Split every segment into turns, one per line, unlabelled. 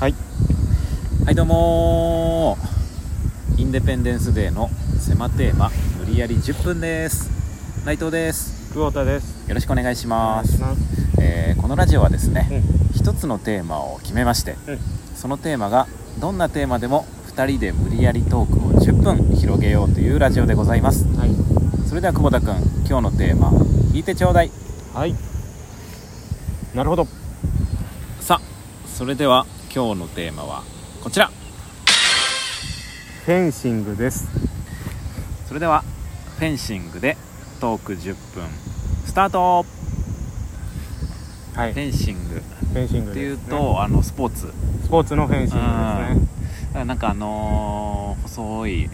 はい
はいどうもーインデペンデンスデーの狭テーマ無理やり10分です内藤です
久保田です
よろしくお願いします、
お願いし
えーこのラジオはですね、
ます
一つのテーマを決めまして
うんうん
そのテーマがどんなテーマでも2人で無理やりトークを10分広げようというラジオでございます
はい
それでは久保田君今日のテーマ聞いてちょうだい
はいなるほど
さあそれでは今日のテーマはこちら
フェンシングです
それではフェンシングでトーク10分スタート
はい
フ
フ
ェンシング
ェンシング
って
で
いう
すね
と、あのスポーツ
スポーツのフェンシングですね
なんかあのー細い、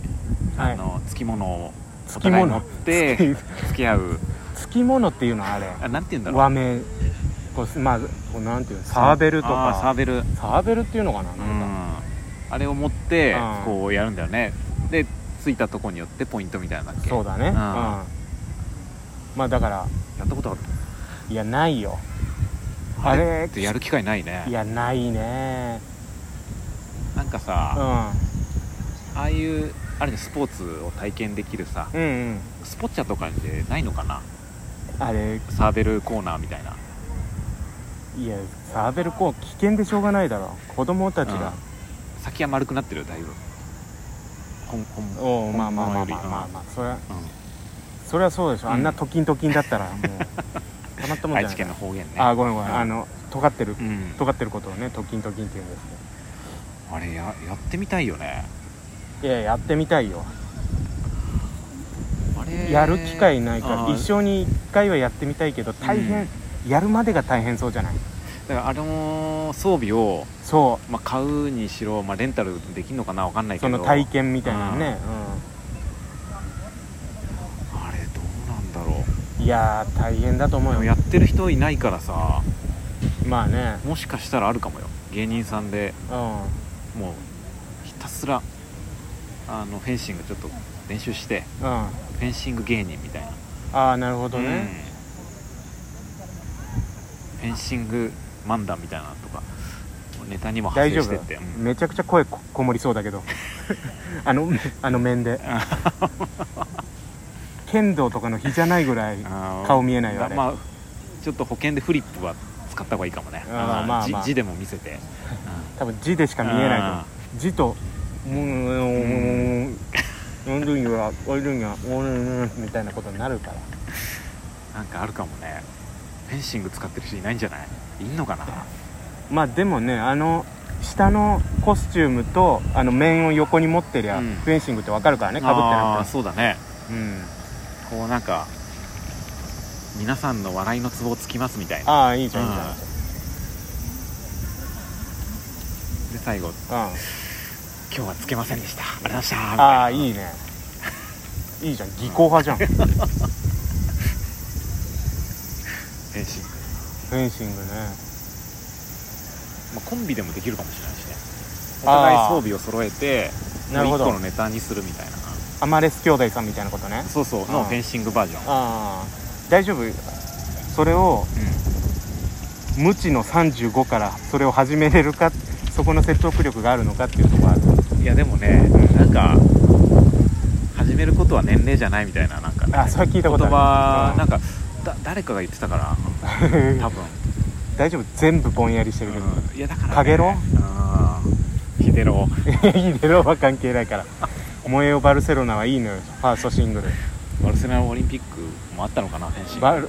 はい
あのつきものをお
つき
互い
も
乗
の
って
つき
付き合う
つきものっていうのはあれ
あなんて言うんだろう
和名こうまあこうなんていうのサーベルと
あーサー
か
ベルうん
サーベルっていうのかななんか
あれを持って
うん
こうやるんだよねでついたとこによってポイントみたいなんだっけ
そうだね
う
うんんまあだから
やったことある
いやないよあれ
ってやる機会ないね
いやないね
なんか
う
さ、
ん
ああいうあれねスポーツを体験できるさ
うんうん
スポッチャとかでないのかな
あれ
サーベルコーナーみたいない
やサーベルコーン危険でしょうがないだろ子供たちが、
先は丸くなってるよだいぶほんほん
おおまあまあまあ
本物
ま
よ
あ
り
まあ、まあ、それは
う
それはそうでしょ、
うん
あんなトキントキンだったらも うたまった
ん
もんじゃない
愛知県の方言ね
あごめんごめん、
うん
あの尖ってる、
うん
尖ってることをねトキントキンって言うんです
あれややってみたいよね
けどいややってみたいよ、
あれ
やる機会ないか
あ
ら
ー
一生に一回はやってみたいけど大変、やるまでが大変そうじゃない
だからあの装備を、
そ
まあ、買うにしろ、まあ、レンタルできるのかなわかんな
う
いけ
そ
ど
の体験みたいなのね、
あれどうなんだろ
うん、いやー大変だと思
うで
う
も
よ
やってる人いないからさ
まあね
もしかしたらあるかもよ芸人さんで
うん
もうひたすらあのフェンシングちょっと練習して
うんあ
フェンシング芸人みたいな
あなるほどね、
うんフェンシング漫談みたいなのとかネタにも
大
発
丈
生して
夫
って、うん
めちゃくちゃ声ここもりそうだ けどあのあの面で剣道とかの日じゃないぐらい
あー
顔見えないよ
ま
あれ
まあちょっと保険でフリップは使った方がいいかもね
あー
うん
まあ
字
まあ
字でも見せて、
多分字でしか見えな
あ
いと字と「うんうんうんうんやうんうんやうんうんうん」みたいなことになるから
なんかあるかもねフェンシング使ってる人いないんじゃないいんのかな
まあでもねあの下のコスチュームとあの面を横に持ってりゃ、
うん
フェンシングってわかるからねかぶって
あ
な
ー
くて
そうだね
もうん
こうなんか皆さんの笑いのツボをつきますみたいな
ああいいじゃんいいじゃん
で最後
うん
「今日はつけませんでしたありがとうございましたみたいな」
ああいいねいいじゃん技巧派じゃんフ
フェンシング、
ェンシングね
まあ、コンビでもできるかもしれないしねお
あー
互い装備を揃えて
なるほ
1個
ど
のネタにするみたいな
アマレス兄弟さんみたいなことね
そうそう
う
の
ん
フェンシングバージョン
ああ大丈夫それを無知の35からそれを始めれるかそこの説得力があるのかっていうところある
うんいやでもねなんか始めることは年齢じゃないみたいななんかね
あそれ聞いた
言
ことあ
葉
る
なんかだ誰かが言ってた から
うん
多分、
大丈夫全部ぼんやりしてるけど、
うん、いやだから、ね、
かげろ
うんひでろ
いいねロは関係ないから「燃えよバルセロナ」はいいのよファーストシングル
バルセロナオリンピックもあったのかなフェンシング
バル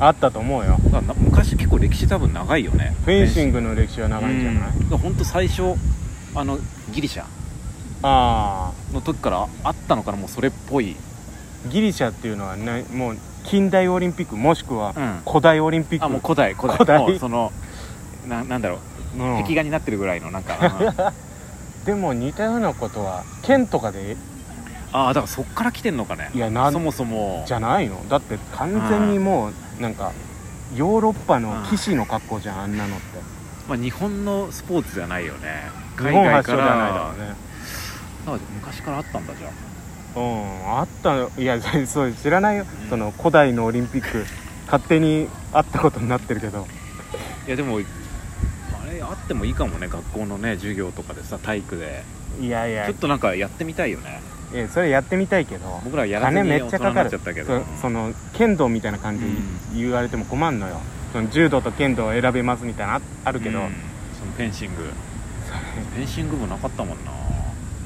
あったと思うよ
だからな昔結構歴史多分長いよね
フェンシン
グ
グの歴史は長いんじゃない、
うん、本当最初あのギリシャ
ああ
の時からあったのかなもうそれっぽい、
ギリシャっていうのは、ね、もう近代オリンピックもしくは
ん、
古代オリンピック
あもう古代古代
古代
もうそのななんだろう、
うん
壁画になってるぐらいのなんか、 うん
でも似たようなことは剣とかで
ああだからそっから来てんのかね
いやなん
そもそも
じゃないのだって完全にもうなんかヨーロッパの騎士の格好じゃんあんなのって
まあ、日本のスポーツじゃないよね
日
海
本
外
発祥
か
じゃない
ら
だろうね
そうだ昔からあったんだじゃん
うんあったよいやそう知らないよ、
うん
その古代のオリンピック勝手にあったことになってるけど
いやでもあれれあってもいいかもね学校のね授業とかでさ体育で
いやいや
ちょっとなんかやってみたいよね
えそれやってみたいけど
僕らやらず
金
に
め
大
っち
人
ゃ
に
かか
なっ
る
ちゃったけど
そその剣道みたいな感じで言われても困んのよ、その柔道と剣道を選べますみたいなのああるけど、
うんそのフェンシングフェンシング部なかったもんな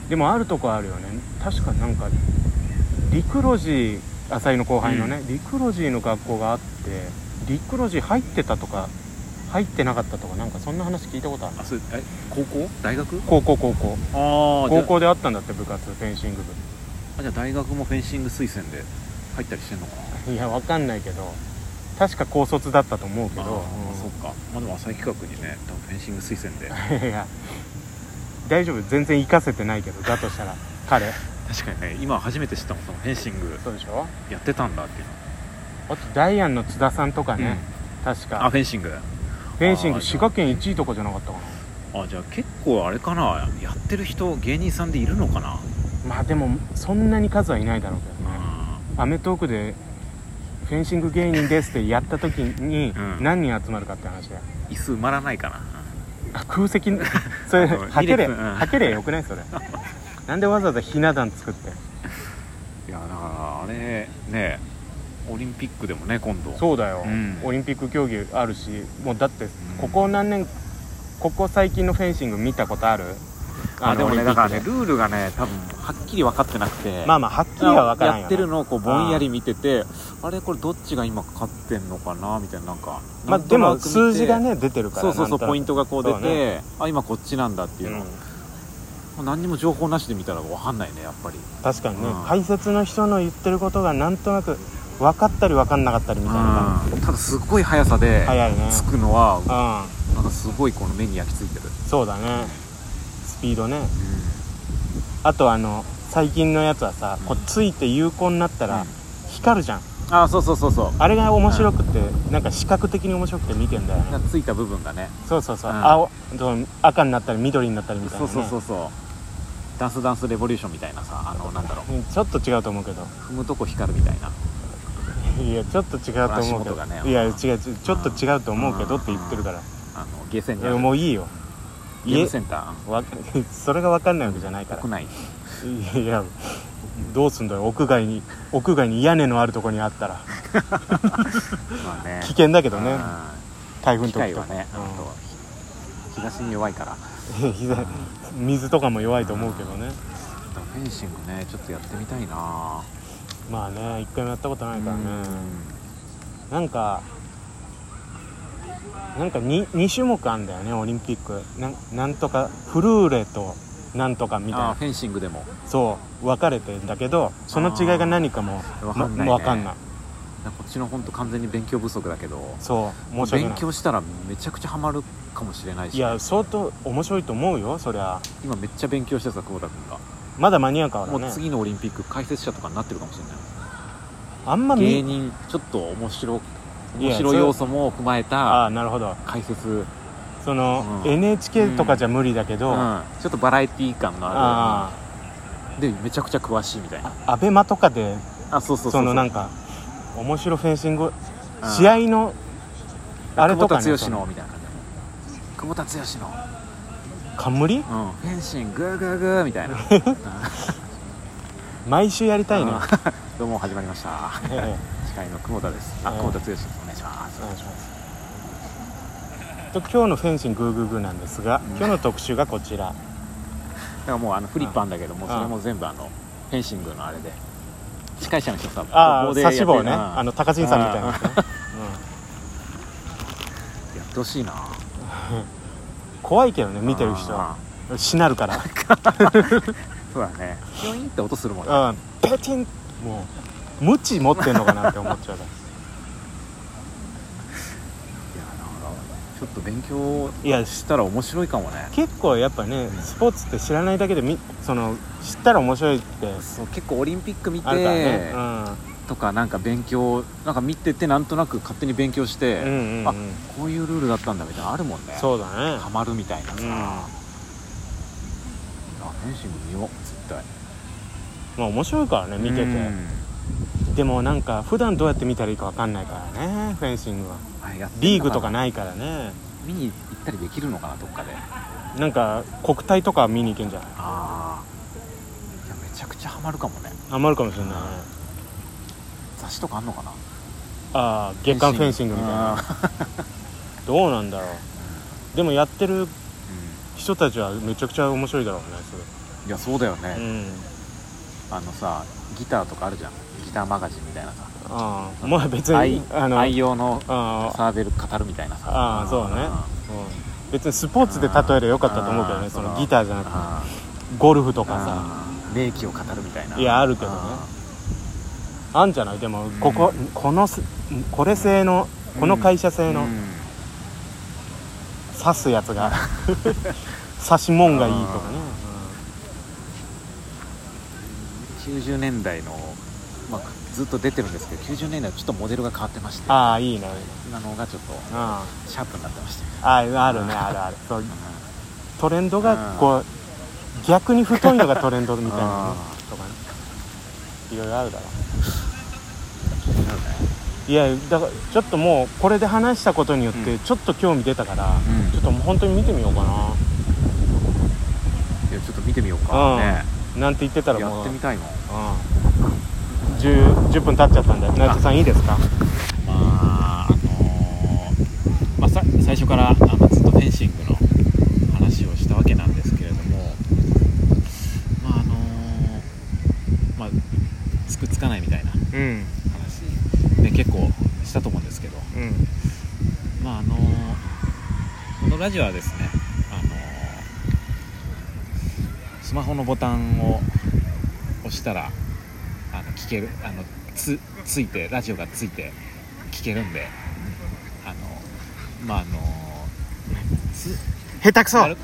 でもあるとこあるよね確かなんか陸路寺浅井の後輩のね、陸路寺の学校があって陸路寺入ってたとか入ってなかったとかなんかそんな話聞いたことある
あそれえ高校大学
高校高校
ああじゃ
高校であったんだって部活フェンシング
あじゃあ大学もフェンシング推薦で入ったりしてんのかな
部いやわかんないけど確か高卒だったと思うけ
あ
ど
ーそっかまあでも浅井企画にね多分フェンシング推薦で
いや大丈夫全然活かせてないけどだとしたら彼
確かにね今初めて知ったもんそのフェンシング
そうでしょ
やってたんだっていうの
あとダイアンの津田さんとかね、確
あ
か
フェンシング
フェンシン
あ
グ
ー
滋賀県1位とかじゃなかったかな
あじゃあ結構あれかなやってる人芸人さんでいるのかな
まあでもそんなに数はいないだろうけどね『
う
アメトーーク』で「フェンシング芸人です」ってやった時に
うん
何人集まるかって話だよ
ん椅子埋まらないかな
あ空 席それ
あの
はけれ
いいですうん
はけれよくないそれなんでわざわざひな壇作って
いやだからあれねオリンピックでもね今度
そうだよ、
うん
オリンピック競技あるしもうだって
ん
ここ何年ここ最近のフェンシング見たことある
あでもねだからね
オリンピック
ルールがね多分はっきり分かってなくて
でまあまあはっきりは分からんよ、ね、
やってるのをこうぼんやり見ててあれこれどっちが今勝ってんのかなみたいななんか
まあ
なん
で
となく
も
見て
数字がね出てるから
そうそうそうポイン
ト
トがこう出
そ
て
うね
あ今こっちなんだっていうの、もう何にも情報なしで見たら分かんないねやっぱり
確かにね、
うん
解説の人の言ってることがなんとなく分かったり分かんなかったりみたいな感
うんただすごい速さで
じ早いね
つくのは
う
なんかすごいこの目に焼き付いてる、
んそうだねスピードねあとあの最近のやつはさこうついて有効になったら
うん
光るじゃん
ああそうそうそうそう
あれが面白くて、なんか視覚的に面白くて見てんだよね
なんかついた部分がね
そうそうそう、
うん
青そう赤になったり緑になったりみたいな、
そう
ね、
そうそうそうダンスダンスレボリューションみたいなさあのなんだろう
うんちょっと違うと思うけど
踏むとこ光るみたいない
やちょっと違うと
足
思うけ
元
ど、
がね
いや違う違うちょっと違うと思うけどって言ってるから、
あのゲーセ
い
ンにあ
や
る
もういいよ
ゲー
家
ムセンタ
わ それが分かんないわけじゃないか
ー
ら
国内
いやどうすんだよ屋外に屋外に屋根のあるとこにあったら
まあね
危険だけどね台風
うん
の
機械
時と
は
か、
ねあと日差しに弱いから
うん膝水とかも弱いと思うけどね
フェンシングねちょっとやってみたいな
まあね一回もやったことないからね
うん
なんかなんか 2, 2種目あんだよねオリンピックなんなんとかフルーレとなんとかみたい
あー
な
フェンシングでも
そう分かれてんだけどその違いが何かも
わかんないね
まわかんない
なんかこっちの本当完全に勉強不足だけど
そう申し訳
勉
ない
強したらめちゃくちゃハマるかもしれないし
いや相当面白いと思うよそりゃ
今めっちゃ勉強してさ久保田君が、
まだ間に合うから
も
ね
う次のオリンピック解説者とかになってるかもしれない、
あんま
芸
見
人ちょっと面白
いや
面白い要素も踏まえ
あ
た
あなるほど
解説、
その、
うん
NHK とかじゃ無理だけど、あ
うんちょっとバラエティー感があ
あ
る、でめちゃくちゃ詳しいみたいな
アベマとかで
あそうそうそう
そのなん
か
か面白フェンシング
うん
試合のあれとかね
久保田剛のみたいな感じ久保田剛の、
冠
うん、フェンシンググーグーグーみたいな
毎週やりたいね、
うん どうも始まりました
ええ
司会の久保田ですあ
うん
久保田剛ですお願いします
お願いしますと今日のフェンシングーグーグーなんですが、
うん
今日の特集がこちら
だからもうあのフリップあんだけどもう
うん
それも全部あのフェンシングのあれで司会者の人さ
あ
ここ
あ
でやっ
指
て
し棒ね
うん
あの高人さんみたいなやつね、
やってほしいな
うん怖いけどね見てる人は
あ
しなるから
ーそうだねピョインって音するもんね
うんペチンもう無知持ってんのかなって思っちゃうから
いやなんかちょっと勉強
いやし
したら面白いかもね
結構やっぱねスポーツって知らないだけでみその知ったら面白いって
そう結構オリンピック見て、
あるからね、うん
とかなんか勉強なんか見ててなんとなく勝手に勉強して、
うんうんうん
あこういうルールだったんだみたいなのあるもんね
そうだね
ハマるみたいなさ、
うん
あフェンシング見よう絶対
まあ面白いからね見ててでもなんか普段どうやって見たらいいかわかんないからねフェンシングは
あやってんのかな
リーグとかないからね
見に行ったりできるのかなどっかで
なんか国体とか見に行けんじゃん
ああいやめちゃくちゃハマるかもね
ハマるかもしれないね
雑誌とかあんのかな
ああ月刊フェンシングみたい
あ
な
ー
どうなんだろうでもやってる
う
人たちはめちゃくちゃ面白いだろうね
んいやそうだよね
それ、うん
あのさギターとかあるじゃんギターマガジンみたいなさ
ああまあ別
愛
にあの
愛用の
ああ
サーベル語るみたいなさ
ああそうだねうん別にスポー
ー
ツで例えればよかったと思うけど
あ
ねその
う
ギターじゃなくて
あ
ゴルフと
ー
かさ
あー名器を語るみたいない
やあるけどねあんじゃないでもここ
う
このすこれ製のこの会社製の刺すやつ が刺しもんがいいとかね
90年代の、まあ、ずっと出てるんですけど90年代はちょっとモデルが変わってまして
ああいいね
今のがちょっと
あ
シャープになってましたよ
あああるねあるあるそうトレンドがこう逆に太いのがトレンドみたいなね
あ
とかねいろいろあるだろ
気になるね
ういやだからちょっともうこれで話したことによって
うん
ちょっと興味出たから、
うん
ちょっともう本当に見てみようか
いやちょっと見てみよう
うん
かね
ななんて言ってたら
や
も
っ
う
てみたいの
うん、10, 10分経っちゃったんで成田さんいいですか
まああのーまあ、さ最初からあのずっとフェンシングの話をしたわけなんですけれどもまああのーまあつくつかないみたいな
うん
話で結構したと思うんですけど
うん
まああのこのラジオはですねあのスマホのボタンを押したらあの聞けるあのつついてラジオがついて聞けるんであのまああのつ
下手くそ
なる